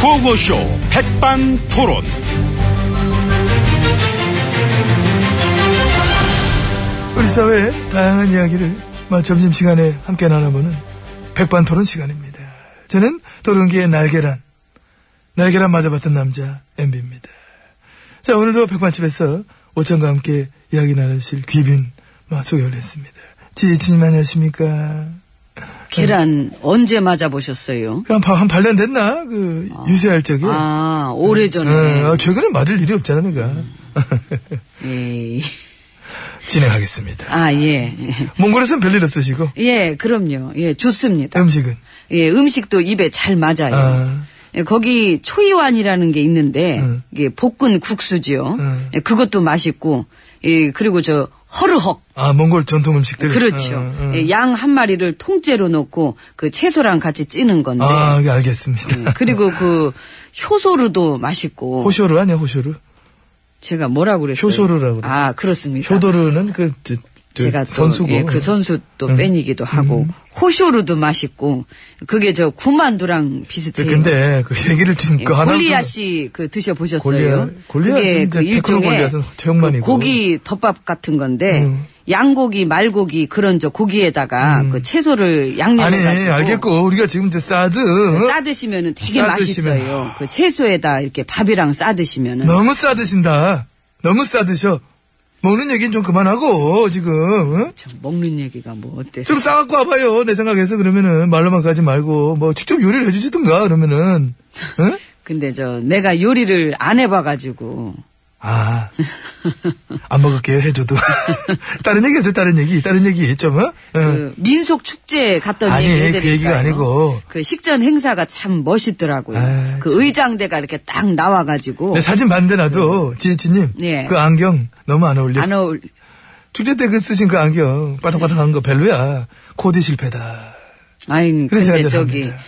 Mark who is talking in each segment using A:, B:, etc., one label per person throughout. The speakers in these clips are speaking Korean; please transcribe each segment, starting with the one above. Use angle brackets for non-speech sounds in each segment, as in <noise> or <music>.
A: 구호쇼 백반 토론.
B: 우리 사회의 다양한 이야기를 마- 점심시간에 함께 나눠보는 백반토론 시간입니다. 저는 토론기의 날계란, 날계란 맞아봤던 남자 MB입니다. 자 오늘도 백반집에서 오천과 함께 이야기 나눠주실 귀빈 마, 소개를 했습니다. 지지님 안녕하십니까?
C: 계란 언제 맞아보셨어요?
B: 한, 바- 한 8년 됐나? 그 유세할 적에
C: 아, 오래전에.
B: 어, 최근에 맞을 일이 없잖아 내가
C: 음. 예.
B: 진행하겠습니다.
C: 아, 예.
B: 몽골에서는 별일 없으시고
C: 예, 그럼요. 예, 좋습니다.
B: 음식은
C: 예, 음식도 입에 잘 맞아요.
B: 아.
C: 예, 거기 초이완이라는 게 있는데,
B: 음.
C: 이게 볶은 국수지요.
B: 음.
C: 예, 그것도 맛있고, 예, 그리고 저, 허르헉.
B: 아 몽골 전통 음식들
C: 그렇죠.
B: 아, 아.
C: 예, 양 한 마리를 통째로 넣고, 그 채소랑 같이 찌는 건데.
B: 아, 예, 알겠습니다.
C: 네. 그리고 그, 효소르도 맛있고.
B: <laughs> 호쇼르 아니야, 호쇼르?
C: 제가 뭐라고 그랬어요?
B: 효소르라고 그래요.
C: 아, 그렇습니다.
B: 효도르는 그, 저, 저
C: 제가 또,
B: 선수고. 음.
C: 예, 그 선수 또 팬이기도 하고 호쇼르도 맛있고 그게 저 구만두랑 비슷해요.
B: 근데 그 얘기를 지금
C: 예,
B: 그 하나.
C: 골리앗이 그 드셔보셨어요?
B: 골리앗? 골리앗은
C: 그게
B: 이제
C: 그
B: 백프로
C: 일종의
B: 골리앗은 최용만이고.
C: 그 고기 덮밥 같은 건데
B: 음.
C: 양고기, 말고기 그런 저 고기에다가 그 채소를
B: 아니,
C: 양념해가지고 그
B: 알겠고. 우리가 지금 이제 사드. 어?
C: 싸 드시면은 되게
B: 싸 드시면.
C: 맛있어요. 그 채소에다 이렇게 밥이랑 싸 드시면은
B: 너무 싸드신다. 너무 싸드셔. 먹는 얘기는 좀 그만하고, 지금. 응?
C: 참 먹는 얘기가 뭐 어때서?
B: 좀 싸갖고 와봐요. 내 생각에서 그러면은 말로만 가지 말고, 뭐 직접 요리를 해주시든가, 그러면은. 어? 응?
C: 근데 저 내가 요리를 안 해봐가지고
B: 아. 안 먹을게요, 해줘도. <laughs> 다른 얘기 하세요, 다른 얘기. 다른 얘기 좀, 어? 응.
C: 그 민속 축제에 갔던
B: 아니,
C: 얘기를
B: 그
C: 드릴까요?
B: 얘기가 아니고.
C: 그 식전 행사가 참 멋있더라고요.
B: 아,
C: 그 의장대가 이렇게 딱 나와가지고
B: 내 네, 사진 봤는데 나도 지혜치님
C: 어. 예.
B: 그 안경 너무 안 어울려.
C: 안 어울.
B: 축제 때 그 쓰신 그 안경 바닥바닥한 거 별로야. 코디 실패다.
C: 아니
B: 그래서
C: 근데
B: 해야
C: 저기
B: 합니다.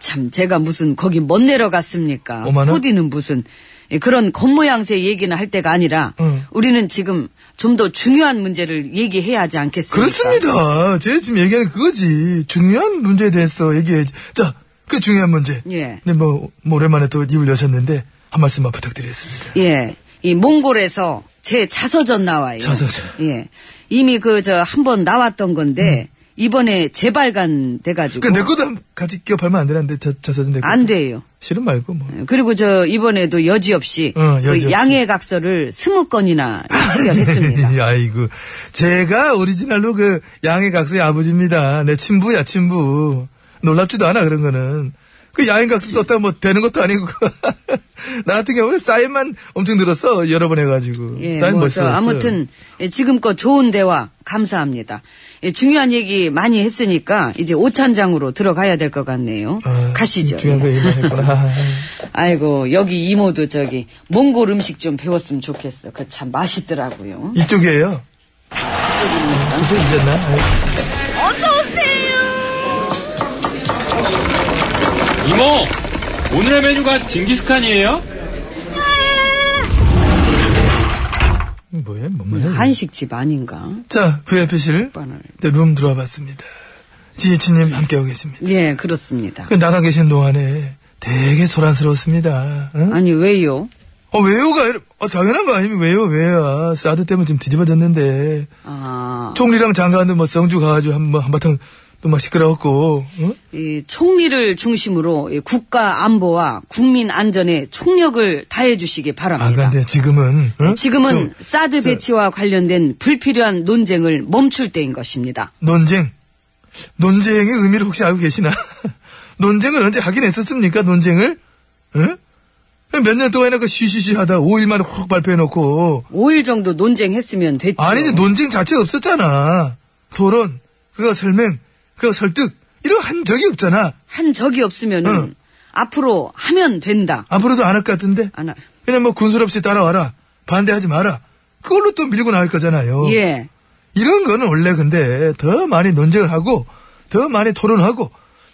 C: 참 제가 무슨 거기 못 내려갔습니까?
B: 오만 원?
C: 코디는 무슨 예, 그런 겉모양새 얘기는 할 때가 아니라
B: 응.
C: 우리는 지금 좀 더 중요한 문제를 얘기해야 하지 않겠습니까?
B: 그렇습니다. 제가 지금 얘기하는 그거지. 중요한 문제에 대해서 얘기해. 자, 그 중요한 문제.
C: 예.
B: 근데 뭐, 뭐 오랜만에 또 입을 여셨는데 한 말씀만 부탁드리겠습니다.
C: 예. 이 몽골에서 제 자서전 나와요.
B: 자서전.
C: 예. 이미 그 저 한 번 나왔던
B: 음.
C: 건데 이번에 재발간 돼 가지고
B: 그러니까 그내 것도 같이 기업하면 안 되는데 저, 저 사진 내 것도.
C: 안 돼요.
B: 싫은 말고 뭐.
C: 그리고 저 이번에도 여지없이
B: 어,
C: 그
B: 여지없이. 아, 예,
C: 양해 각서를 스무 건이나
B: <laughs>
C: 체결했습니다.
B: 아이고. 제가 오리지널로 그 양해각서의 아버지입니다. 내 친부야, 친부. 놀랍지도 않아, 그런 거는. 그 양해각서 썼다 뭐 되는 것도 아니고. <laughs> 나 같은 경우는 사인만 엄청 늘었어. 여러 번 해가지고.
C: 예,
B: 사인
C: 뭐
B: 멋있어.
C: 저 아무튼 예, 지금껏 좋은 대화 감사합니다. 예, 중요한 얘기 많이 했으니까 이제 오찬장으로 들어가야 될 것 같네요. 가시죠.
B: 아,
C: 예.
B: 중요한 거
C: <laughs>
B: 얘기했구나. 아,
C: 아이고 여기 이모도 저기 몽골 음식 좀 배웠으면 좋겠어. 그 참 맛있더라고요.
B: 이쪽이에요. 무슨 잊었나? 아이,
A: 이모, 오늘의 메뉴가 징기스칸이에요?
B: 뭐야, 뭔 말이야.
C: 한식집 아닌가?
B: 자, VIP실.
C: 오빠는.
B: 룸 들어와 봤습니다. 지혜치님 함께하고 계십니다.
C: 예, 그렇습니다.
B: 그 나가 계신 동안에 되게 소란스러웠습니다. 응?
C: 아니 왜요?
B: 어, 왜요가, 아니라- 어, 당연한 거 아니면 왜요, 왜야. 사드 때문에 지금 뒤집어졌는데.
C: 아,
B: 총리랑 장관도 뭐 성주 가가지고 한, 뭐, 한바탕 또 막 시끄러웠고, 응?
C: 이 총리를 중심으로 이 국가 안보와 국민 안전에 총력을 다해 주시기
B: 아,
C: 바랍니다. 네,
B: 근데 그, 지금은, 응?
C: 지금은
B: 좀
C: 사드 배치와 관련된 불필요한 논쟁을 멈출 때인 것입니다.
B: 그 논쟁. 논쟁의 의미를 혹시 알고 계시나? <laughs> 논쟁을 언제 하긴 했었습니까, 논쟁을? 응? 몇 년 동안이나 그 쉬쉬쉬 하다 5일 만에 확 발표해놓고.
C: 5일 정도 논쟁했으면 됐죠.
B: 아니, 이제 논쟁 자체 없었잖아. 토론, 그거 설명, 그거 설득, 이런 한 적이 없잖아.
C: 한 적이 없으면은
B: 응.
C: 앞으로 하면 된다. 아,
B: 앞으로도 안 할 것 같은데?
C: 안 하-
B: 그냥 뭐 군술 없이 따라와라. 반대하지 마라. 그걸로 또 밀고 나갈 거잖아요.
C: 예.
B: 이런 거는 원래 근데 더 많이 논쟁을 하고 더 많이 토론하고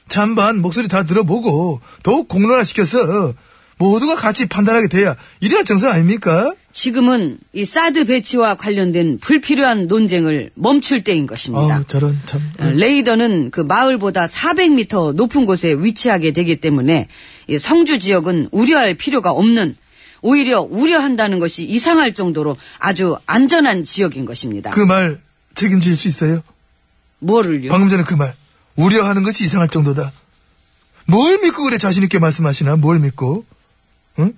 B: 찬반 목소리 다 들어보고 더욱 공론화시켜서 모두가 같이 판단하게 돼야 이래야 정상 아닙니까?
C: 지금은 이 사드 배치와 관련된 불필요한 논쟁을 멈출 때인 것입니다.
B: 아우, 네. 저런, 참.
C: 어, 레이더는 그 마을보다 400m 높은 곳에 위치하게 되기 때문에 이 성주 지역은 우려할 필요가 없는 오히려 우려한다는 것이 이상할 정도로 아주 안전한 지역인 것입니다.
B: 그 말 책임질 수 있어요?
C: 뭐를요?
B: 방금 전에 그 말. 우려하는 것이 이상할 정도다. 뭘 믿고 그래 자신있게 말씀하시나? 뭘 믿고? 응?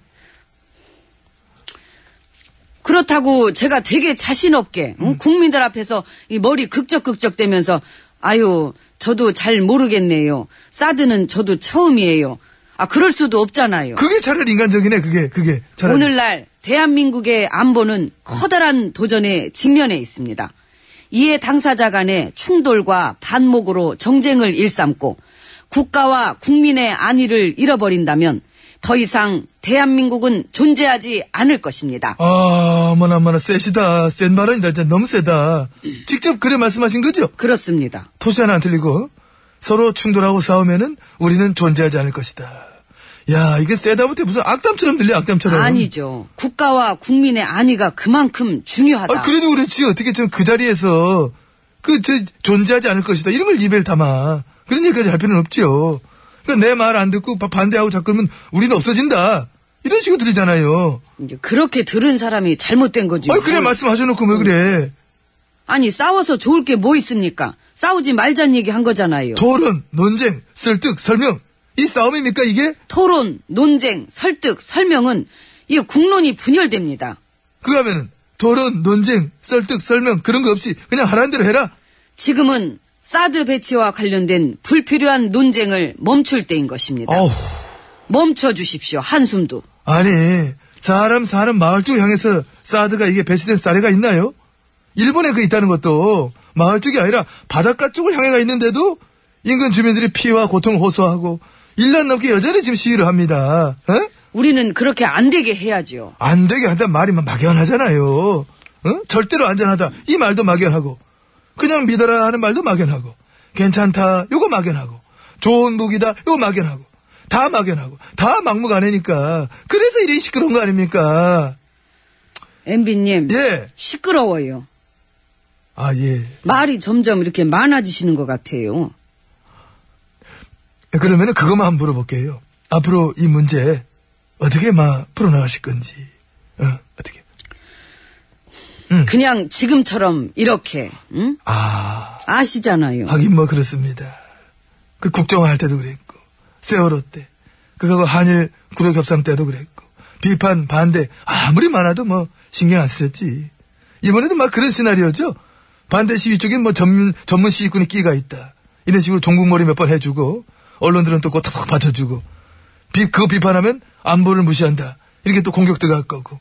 C: 그렇다고 제가 되게 자신 없게 응?
B: 음.
C: 국민들 앞에서 이 머리 극적극적대면서 아유 저도 잘 모르겠네요. 사드는 저도 처음이에요. 아 그럴 수도 없잖아요.
B: 그게 차라리 인간적이네, 그게, 그게. 차라리.
C: 오늘날 대한민국의 안보는 커다란 도전에 직면해 있습니다. 이에 당사자 간의 충돌과 반목으로 정쟁을 일삼고 국가와 국민의 안위를 잃어버린다면 더 이상 대한민국은 존재하지 않을 것입니다.
B: 아, 어머나, 어머나, 세시다. 센 발언이다. 진짜 너무 세다. 직접 그래 말씀하신 거죠?
C: 그렇습니다.
B: 토시 하나 안 틀리고 서로 충돌하고 싸우면은 우리는 존재하지 않을 것이다. 야, 이게 세다 못해 무슨 악담처럼 들려, 악담처럼.
C: 아니죠. 국가와 국민의 안위가 그만큼 중요하다.
B: 아, 그래도 그렇지. 어떻게 좀 그 자리에서 그, 저, 존재하지 않을 것이다. 이런 걸 입에 담아. 그런 얘기까지 할 필요는 없지요. 그러니까 내 말 안 듣고 바- 반대하고 자꾸 그러면 우리는 없어진다. 이런 식으로 들리잖아요.
C: 이제 그렇게 들은 사람이 잘못된 거죠.
B: 아 그래, 말씀하셔놓고 왜 그래.
C: 아니 싸워서 좋을 게 뭐 있습니까? 싸우지 말자는 얘기 한 거잖아요.
B: 토론, 논쟁, 설득, 설명. 이 싸움입니까, 이게?
C: 토론, 논쟁, 설득, 설명은 이 국론이 분열됩니다.
B: 그거 하면은 토론, 논쟁, 설득, 설명 그런 거 없이 그냥 하라는 대로 해라.
C: 지금은 사드 배치와 관련된 불필요한 논쟁을 멈출 때인 것입니다.
B: 어우,
C: 멈춰 주십시오. 한숨도.
B: 아니 사람 사람 마을 쪽 향해서 사드가 이게 배치된 사례가 있나요? 일본에 그 있다는 것도 마을 쪽이 아니라 바닷가 쪽을 향해가 있는데도 인근 주민들이 피와 고통을 호소하고 일년 넘게 여전히 지금 시위를 합니다. 에?
C: 우리는 그렇게 안 되게 해야지요.
B: 안 되게 한다는 말이 막 막연하잖아요. 어? 절대로 안전하다. 이 말도 막연하고. 그냥 믿어라 하는 말도 막연하고. 괜찮다. 요거 막연하고. 좋은 무기다. 요거 막연하고. 다 막연하고. 다 막무가내니까. 그래서 이래 시끄러운 거 아닙니까?
C: 엠비 님.
B: 예.
C: 시끄러워요.
B: 아, 예.
C: 말이 점점 이렇게 많아지시는 것 같아요.
B: 그러면은 그것만 한번 물어볼게요. 앞으로 이 문제 어떻게 막 풀어나가실 건지. 어, 어떻게.
C: 그냥 지금처럼 이렇게 응?
B: 음. 아.
C: 아시잖아요.
B: 하긴 뭐 그렇습니다. 그 국정화할 때도 그랬고 세월호 때 그거 한일 구력 협상 때도 그랬고 비판 반대 아무리 많아도 뭐 신경 안 쓰셨지. 이번에도 막 그런 시나리오죠. 반대 시위 쪽엔 뭐 전문 전문 시위꾼이 끼가 있다. 이런 식으로 종국머리 몇 번 해주고 언론들은 또 꼬탁 받쳐주고 비, 그거 비판하면 안보를 무시한다. 이렇게 또 공격 들어갈 거고.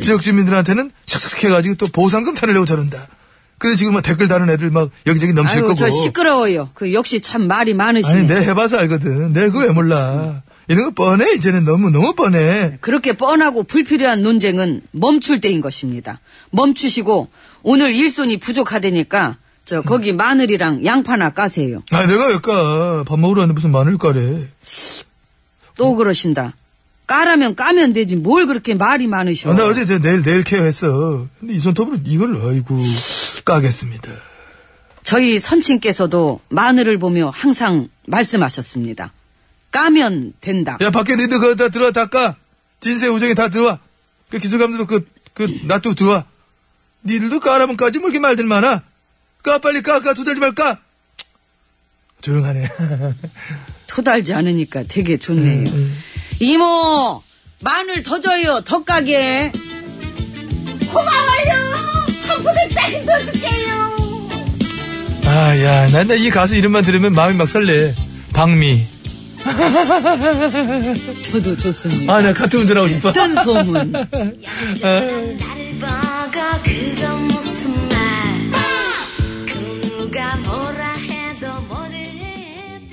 B: 지역 주민들한테는 샥샥 해가지고 또 보상금 타려고 저런다. 그래서 지금 막 댓글 다는 애들 막 여기저기 넘칠
C: 아유
B: 거고.
C: 저 시끄러워요. 그 역시 참 말이
B: 아니,
C: 많으시네.
B: 내 해봐서 알거든. 내가 그걸 왜 몰라. 이런 거 뻔해. 이제는 너무, 너무 뻔해.
C: 그렇게 뻔하고 불필요한 논쟁은 멈출 때인 것입니다. 멈추시고 오늘 일손이 부족하다니까 저 거기 마늘이랑 양파나 까세요.
B: 아, 내가 왜 까? 밥 먹으러 왔는데 무슨 마늘 까래.
C: 또 그러신다. 까라면 까면 되지 뭘 그렇게 말이 많으셔.
B: 아, 나 어제 저 내일, 내일 케어했어. 근데 이 손톱으로 이걸, 아이고, 까겠습니다.
C: 저희 선친께서도 마늘을 보며 항상 말씀하셨습니다. 까면 된다.
B: 야, 밖에 니들 그거 다 들어와, 다 까. 진세 우정이 다 들어와. 그 기술감들도 그, 그, 놔두고 들어와. 니들도 까라면 까지 뭐 이렇게 말들 많아. 까, 빨리 까, 까, 두달지 말까. 조용하네. <laughs>
C: 토달지 않으니까 되게 좋네요.
B: 음,
C: 이모 마늘 더 줘요. 더 까게.
B: 아, 야, 난 이 가수 이름만 들으면 마음이 막 설레. 박미.
C: 저도 좋습니다.
B: 아, 나 같은 운전하고 싶어.
C: 어떤 소문.
D: <laughs>
E: 저런 나를 보고 그건 무슨 말그 누가 뭐라 해도 모르겠어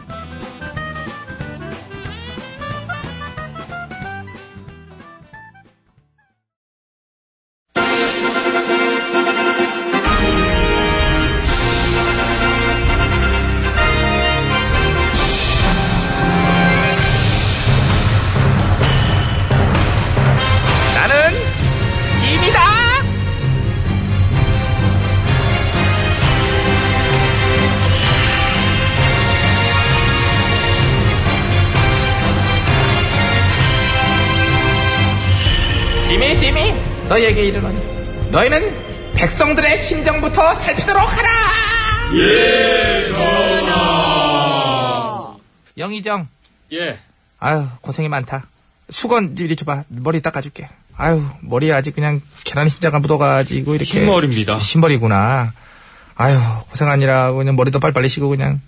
D: 나는 짐이다. 짐이 짐이 너희에게 이르노니 너희는 백성들의 심정부터 살피도록 하라. 영희정,
A: 예.
D: 아유 고생이 많다. 수건 이리 줘봐. 머리 닦아줄게. 아유 머리에 아직 그냥 계란 흰자가 묻어가지고 이렇게
A: 흰머리입니다.
D: 흰머리구나. 아유 고생 아니라고 그냥 머리도 빨리빨리 쉬고 그냥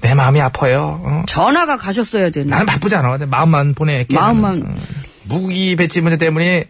D: 내 마음이 아파요. 어?
C: 전화가 가셨어야 되나?
D: 나는 바쁘지 않아. 근데 마음만 보내게.
C: 마음만.
D: 나는. 어. 무기 배치 문제 때문에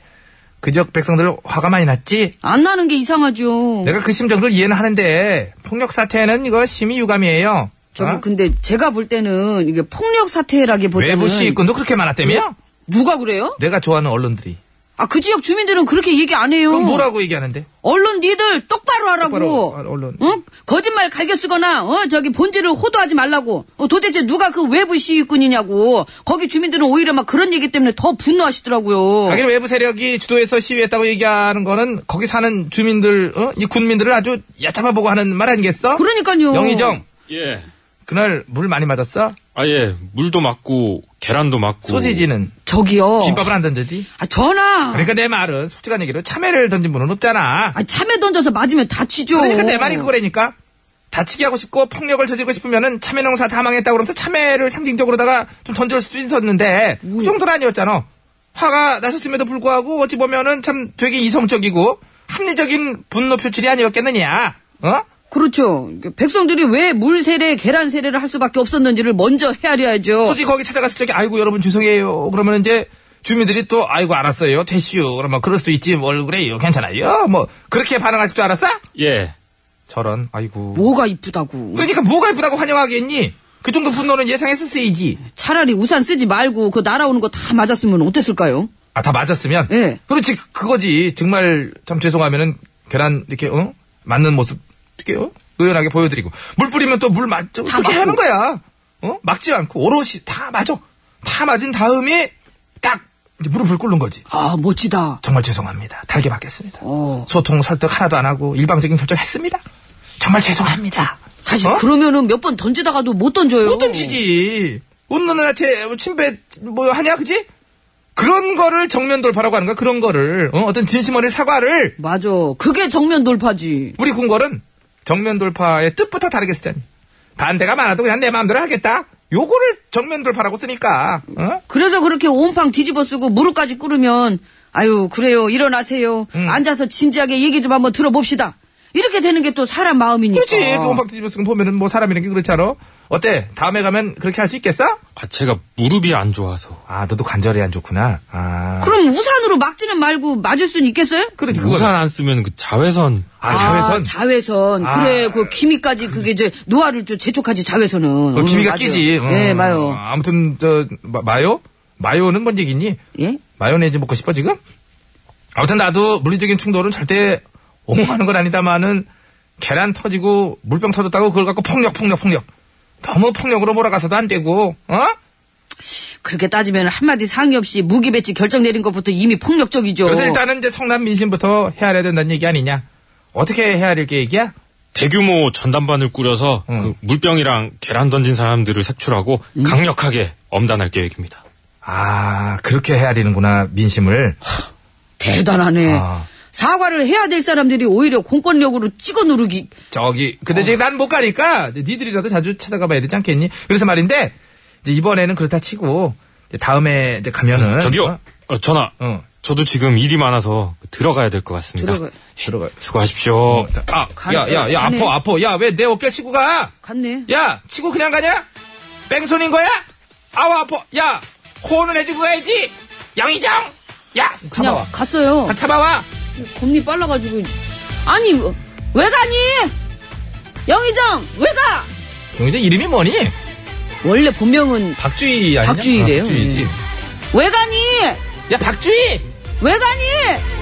D: 그적 백성들 화가 많이 났지.
C: 안 나는 게 이상하죠.
D: 내가 그 심정을 이해는 하는데 폭력 사태는 이거 심히 유감이에요.
C: 저기
D: 어?
C: 근데 제가 볼 때는 이게 폭력 사태라기보다는
D: 외부 시위꾼도 그렇게 많았다며?
C: 누가 그래요?
D: 내가 좋아하는 언론들이.
C: 아 그 지역 주민들은 그렇게 얘기 안 해요.
D: 그럼 뭐라고 얘기하는데?
C: 언론 니들 똑바로 하라고.
D: 똑바로 하- 언론.
C: 응? 거짓말 갈겨 쓰거나 어 저기 본질을 호도하지 말라고. 어, 도대체 누가 그 외부 시위꾼이냐고. 거기 주민들은 오히려 막 그런 얘기 때문에 더 분노하시더라고요.
D: 자기는 외부 세력이 주도해서 시위했다고 얘기하는 거는 거기 사는 주민들, 어? 이 군민들을 아주 얕잡아보고 하는 말 아니겠어?
C: 그러니까요.
D: 영희정,
A: 예.
D: 그날 물 많이 맞았어?
A: 아, 예. 물도 맞고, 계란도 맞고.
D: 소시지는?
C: 저기요.
D: 김밥은 안 던졌지?
C: 아 전화.
D: 그러니까 내 말은 솔직한 얘기로 참외를 던진 분은 없잖아.
C: 아 참에 던져서 맞으면 다치죠.
D: 그러니까 내 말이 그거라니까. 다치게 하고 싶고 폭력을 저지르고 싶으면은 참외 농사 다 망했다고 그러면서 참외를 상징적으로다가 좀 던질 수도 있었는데 그 정도는 아니었잖아. 화가 나셨음에도 불구하고 어찌 보면은 참 되게 이성적이고 합리적인 분노 표출이 아니었겠느냐. 어?
C: 그렇죠. 백성들이 왜 물 세례, 계란 세례를 할 수밖에 없었는지를 먼저 헤아려야죠.
D: 솔직히 거기 찾아갔을 적에 아이고 여러분 죄송해요. 그러면 이제 주민들이 또 아이고 알았어요. 됐슈. 뭐 그러면 그럴 수도 있지 뭘 그래요. 괜찮아요. 뭐 그렇게 반응하실 줄 알았어?
A: 예.
D: 저런 아이고.
C: 뭐가 이쁘다고.
D: 그러니까 뭐가 이쁘다고 환영하겠니? 그 정도 분노는 예상했었어야지.
C: 차라리 우산 쓰지 말고 그 날아오는 거 다 맞았으면 어땠을까요?
D: 아, 다 맞았으면?
C: 예.
D: 그렇지, 그- 그거지. 정말 참 죄송하면은 계란 이렇게, 어? 맞는 모습, 이렇게, 어? 의연하게 보여드리고. 물 뿌리면 또 물 맞죠?
C: 다
D: 그렇게
C: 맞고.
D: 하는 거야. 어? 막지 않고, 오롯이 다 맞아. 다 맞은 다음에, 딱, 이제 무릎을 꿇는 거지.
C: 아 멋지다.
D: 정말 죄송합니다. 달게 받겠습니다.
C: 어.
D: 소통 설득 하나도 안 하고, 일방적인 결정 했습니다. 정말 죄송합니다.
C: 사실
D: 어?
C: 그러면은 몇 번 던지다가도 못 던져요.
D: 못 던지지. 웃는 나체 침배 뭐 하냐 그지? 그런 거를 정면 돌파라고 하는 거야. 그런 거를 어? 떤 진심 어린 사과를
C: 맞아. 그게 정면 돌파지.
D: 우리 궁궐은 정면 돌파의 뜻부터 다르게 쓰자니 반대가 많아도 그냥 내 마음대로 하겠다. 요거를 정면 돌파라고 쓰니까 어?
C: 그래서 그렇게 온팡 뒤집어 쓰고 무릎까지 꿇으면 아유 그래요 일어나세요.
D: 음.
C: 앉아서 진지하게 얘기 좀 한번 들어봅시다. 이렇게 되는 게 또 사람 마음이니까.
D: 그렇지. 그 원박 뒤집어 쓰고 보면은 뭐 사람이란 게 그렇지 않아? 어때? 다음에 가면 그렇게 할 수 있겠어?
A: 아, 제가 무릎이 안 좋아서.
D: 아 너도 관절이 안 좋구나. 아
C: 그럼 우산으로 막지는 말고 맞을 수는 있겠어요?
D: 그러니까 그렇지 그거.
A: 우산 안 쓰면 그 자외선.
D: 아 자외선.
C: 아, 자외선.
D: 아.
C: 그래, 그 기미까지 그게 이제 노화를 좀 재촉하지 자외선은.
D: 어,
C: 음,
D: 기미가
C: 맞아요.
D: 끼지. 어.
C: 네, 마요.
D: 아무튼 저 마, 마요? 마요는 뭔 얘기니?
C: 예?
D: 마요네즈 먹고 싶어 지금? 아무튼 나도 물리적인 충돌은 절대 옹호하는 건 아니다만은 계란 터지고 물병 터졌다고 그걸 갖고 폭력 폭력 폭력 너무 폭력으로 몰아가서도 안 되고 어?
C: 그렇게 따지면 한마디 상의 없이 무기 배치 결정 내린 것부터 이미 폭력적이죠.
D: 그래서 일단은 이제 성남 민심부터 헤아려야 된다는 얘기 아니냐? 어떻게 헤아릴 계획이야?
A: 대규모 전담반을 꾸려서
D: 음.
A: 그 물병이랑 계란 던진 사람들을 색출하고 강력하게 엄단할 계획입니다.
D: 아 그렇게 헤아리는구나 민심을
C: 대단하네.
D: 아.
C: 사과를 해야 될 사람들이 오히려 공권력으로 찍어 누르기.
D: 저기 근데 이제 난 못 가니까 이제 니들이라도 자주 찾아가 봐야 되지 않겠니? 그래서 말인데 이제 이번에는 그렇다 치고 이제 다음에 이제 가면은
A: 저기요.
D: 어?
A: 어, 전화.
D: 어.
A: 저도 지금 일이 많아서 들어가야 될 것 같습니다. 예.
C: 들어가.
D: 들어가.
A: 수고하십시오.
D: 아,
C: 간-
D: 야, 야, 야,
C: 가네.
D: 아파, 아파. 야, 왜 내 어깨 치고 가?
C: 갔네.
D: 야, 치고 그냥 가냐? 뺑소니인 거야? 아우, 아파. 야, 호언을 해주고 가야지. 양이장! 야,
C: 그냥
D: 참아와.
C: 갔어요.
D: 다 참아와.
C: 겁니 빨라가지고. 아니, 왜 가니? 영희정, 왜 가?
D: 영희장 이름이 뭐니?
C: 원래 본명은
D: 박주희 아니냐?
C: 박주희래요.
D: 아, 박주희지.
C: 왜 가니?
D: 야, 박주희!
C: 왜 가니?